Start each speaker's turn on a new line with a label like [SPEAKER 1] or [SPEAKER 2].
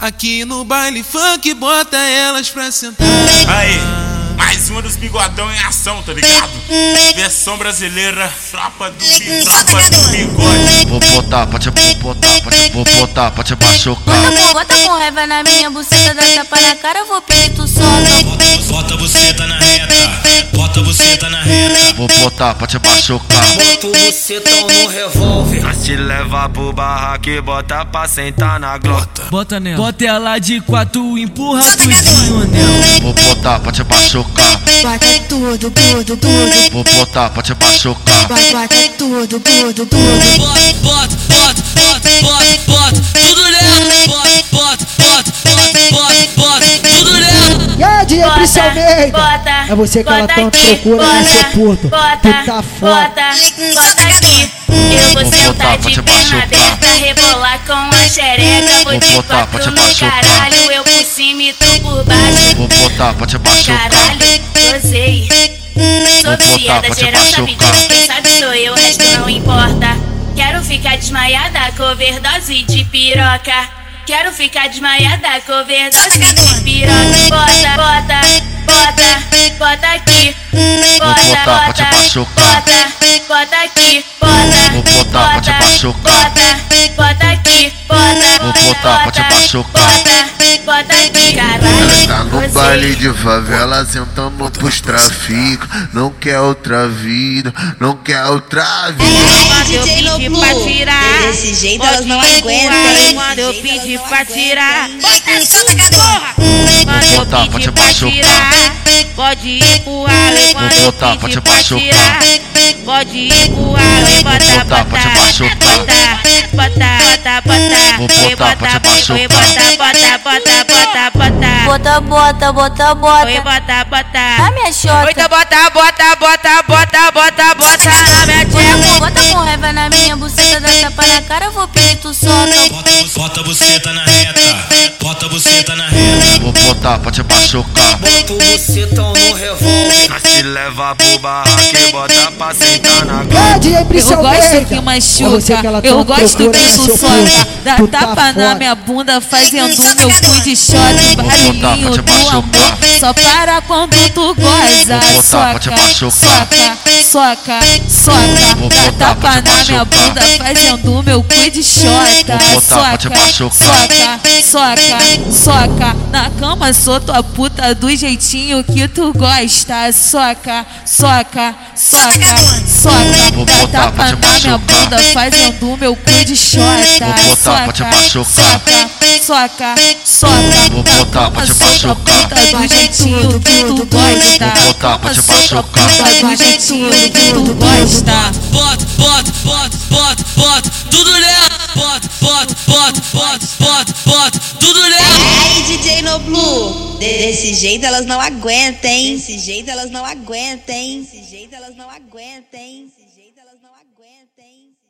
[SPEAKER 1] Aqui no baile funk, bota elas pra sentar.
[SPEAKER 2] Aí, mais uma dos bigodão em ação, tá ligado? Versão brasileira, tropa do, bi- tropa do bigode.
[SPEAKER 3] Vou botar pra te botar, pra te botar, pra te machucar.
[SPEAKER 4] Bota com, bota com raiva na minha buceta, dá tapa na cara, eu vou pedir tu solta.
[SPEAKER 5] Bota você tá na reta, bota você tá na reta.
[SPEAKER 3] Vou botar pra te machucar.
[SPEAKER 6] Boto bucetão no revólver.
[SPEAKER 7] Nós te leva pro barraco e bota pra sentar na glota.
[SPEAKER 5] Bota nela, bota ela de quatro, empurra cozinho nela.
[SPEAKER 3] Vou botar pra te machucar.
[SPEAKER 8] Bota tudo, tudo, tudo.
[SPEAKER 3] Vou botar pra te machucar.
[SPEAKER 8] Bota, bota tudo, tudo, tudo.
[SPEAKER 5] Bota, bota, bota, bota, bota, bota, tudo nela. Bota, bota, bota, bota, bota, bota, tudo nela.
[SPEAKER 9] E aí, Dietrice
[SPEAKER 4] Bota,
[SPEAKER 9] Almeida?
[SPEAKER 4] bota,
[SPEAKER 9] é você que ela
[SPEAKER 4] bota
[SPEAKER 9] tanto
[SPEAKER 4] aqui,
[SPEAKER 9] procura
[SPEAKER 4] bota,
[SPEAKER 9] nesse puto.
[SPEAKER 4] Bota,
[SPEAKER 9] Tu tá foda.
[SPEAKER 4] bota, bota aqui. Eu vou
[SPEAKER 3] Vou
[SPEAKER 4] sentar
[SPEAKER 3] botar pra
[SPEAKER 4] de
[SPEAKER 3] te
[SPEAKER 4] perna
[SPEAKER 3] machucar.
[SPEAKER 4] aberta, rebolar com a xereca. Vou
[SPEAKER 3] Vou
[SPEAKER 4] de
[SPEAKER 3] botar pra
[SPEAKER 4] quatro
[SPEAKER 3] te
[SPEAKER 4] no
[SPEAKER 3] machucar.
[SPEAKER 4] caralho, eu por cima e tu por baixo.
[SPEAKER 3] Vou botar pra te machucar.
[SPEAKER 4] Caralho, gozei. Sou
[SPEAKER 3] botar
[SPEAKER 4] viciada,
[SPEAKER 3] pra te
[SPEAKER 4] geral tá pedindo,
[SPEAKER 3] machucar.
[SPEAKER 4] quem sabe sou eu, o resto não importa. Quero ficar desmaiada com overdose de piroca. Quero ficar desmaiada com overdose de piroca. Bota, bota, bota, bota aqui. Bota,
[SPEAKER 3] botar pra te
[SPEAKER 4] bota,
[SPEAKER 3] machucar.
[SPEAKER 4] bota, bota aqui. Bota,
[SPEAKER 3] Vou botar pra te
[SPEAKER 4] bota,
[SPEAKER 3] machucar.
[SPEAKER 4] Bota, bota aqui. Bota,
[SPEAKER 3] Vou botar pra te
[SPEAKER 4] bota,
[SPEAKER 3] machucar.
[SPEAKER 4] Bota, bota aqui, caralho.
[SPEAKER 10] Ela tá no
[SPEAKER 4] gozei.
[SPEAKER 10] baile de favela, sentando pros traficos. Não quer outra vida, não quer outra
[SPEAKER 4] é
[SPEAKER 10] vida.
[SPEAKER 8] Quando eu pedi pra tirar, desse jeito elas não aguentam. Quando eu pedi pra tirar,
[SPEAKER 3] Vou botar pra te machucar.
[SPEAKER 8] pode ir pro Ale.
[SPEAKER 3] Vou botar pra te machucar.
[SPEAKER 8] Pode ir pro
[SPEAKER 3] Vou
[SPEAKER 8] Ale.
[SPEAKER 3] botar pra te machucar.
[SPEAKER 8] Bota, bota, bota.
[SPEAKER 3] Vou botar pra te machucar.
[SPEAKER 8] Bota, bota, bota, bota, bota.
[SPEAKER 4] Bota, bota, bota,
[SPEAKER 8] Oi,
[SPEAKER 4] bota.
[SPEAKER 8] bota,
[SPEAKER 4] tá
[SPEAKER 8] bota.
[SPEAKER 4] Dá minha xota.
[SPEAKER 8] Oita, bota, bota, bota, bota, bota, bota na minha
[SPEAKER 4] Bota com,
[SPEAKER 8] tia.
[SPEAKER 4] bota com raiva na minha buceta, dá tapa na cara, eu vou pedir tu solta.
[SPEAKER 5] Bota você tá na reta, bota você tá na reta.
[SPEAKER 3] Vou botar pra te machucar.
[SPEAKER 6] Boto bucetão no revólver.
[SPEAKER 7] Nós te leva pro barraco e bota pra sentar na
[SPEAKER 9] E
[SPEAKER 7] glota.
[SPEAKER 9] aí, Dietrice
[SPEAKER 8] Eu
[SPEAKER 9] Almeida?
[SPEAKER 8] gosto que
[SPEAKER 9] É
[SPEAKER 8] machuca,
[SPEAKER 9] você que ela
[SPEAKER 8] eu
[SPEAKER 9] tanto
[SPEAKER 8] gosto
[SPEAKER 9] procura
[SPEAKER 8] que
[SPEAKER 9] nesse
[SPEAKER 8] tu
[SPEAKER 9] puto.
[SPEAKER 8] solta. Dá
[SPEAKER 9] Tu tá
[SPEAKER 8] tapa na
[SPEAKER 9] foda.
[SPEAKER 8] minha bunda, fazendo meu cu de shot.
[SPEAKER 3] Vou botar pra
[SPEAKER 8] Barulhinho
[SPEAKER 3] te
[SPEAKER 8] do um amor,
[SPEAKER 3] machucar.
[SPEAKER 8] só para quando tu goza.
[SPEAKER 3] Vou botar pra te
[SPEAKER 8] Soca,
[SPEAKER 3] machucar.
[SPEAKER 8] soca, soca,
[SPEAKER 3] Vou
[SPEAKER 8] soca. Dá
[SPEAKER 3] botar pra
[SPEAKER 8] tapa
[SPEAKER 3] te
[SPEAKER 8] na minha
[SPEAKER 3] machucar.
[SPEAKER 8] bunda, fazendo meu cu de shot.
[SPEAKER 3] Vou botar pra te
[SPEAKER 8] Soca,
[SPEAKER 3] machucar.
[SPEAKER 8] soca, soca, soca. Na cama sou tua puta do jeitinho que tu gosta. Soca, soca, soca, soca.
[SPEAKER 3] Vou
[SPEAKER 8] Dá
[SPEAKER 3] botar pra
[SPEAKER 8] tapa
[SPEAKER 3] te
[SPEAKER 8] na
[SPEAKER 3] machucar.
[SPEAKER 8] minha bunda, fazendo meu cu de chota.
[SPEAKER 3] Vou botar pra te machucar.
[SPEAKER 8] Soca, soca, soca.
[SPEAKER 3] Vou
[SPEAKER 8] Na
[SPEAKER 3] botar pra
[SPEAKER 8] cama
[SPEAKER 3] te
[SPEAKER 8] sou tua
[SPEAKER 3] machucar.
[SPEAKER 8] puta do jeitinho que tu gosta.
[SPEAKER 3] Vou botar pra te
[SPEAKER 8] Na cama sou tua
[SPEAKER 3] machucar.
[SPEAKER 8] puta do jeitinho que tu gosta.
[SPEAKER 5] Bota, bota, bota, bota, bota, tudo nela. Bota, bota, bota, bota, bota, bota, tudo nela.
[SPEAKER 8] Aí, DJ Noblu. Desse jeito elas não aguentam, hein? Desse jeito elas não aguentam, hein? Desse jeito elas não aguentam, hein? Desse jeito elas não aguentam, hein?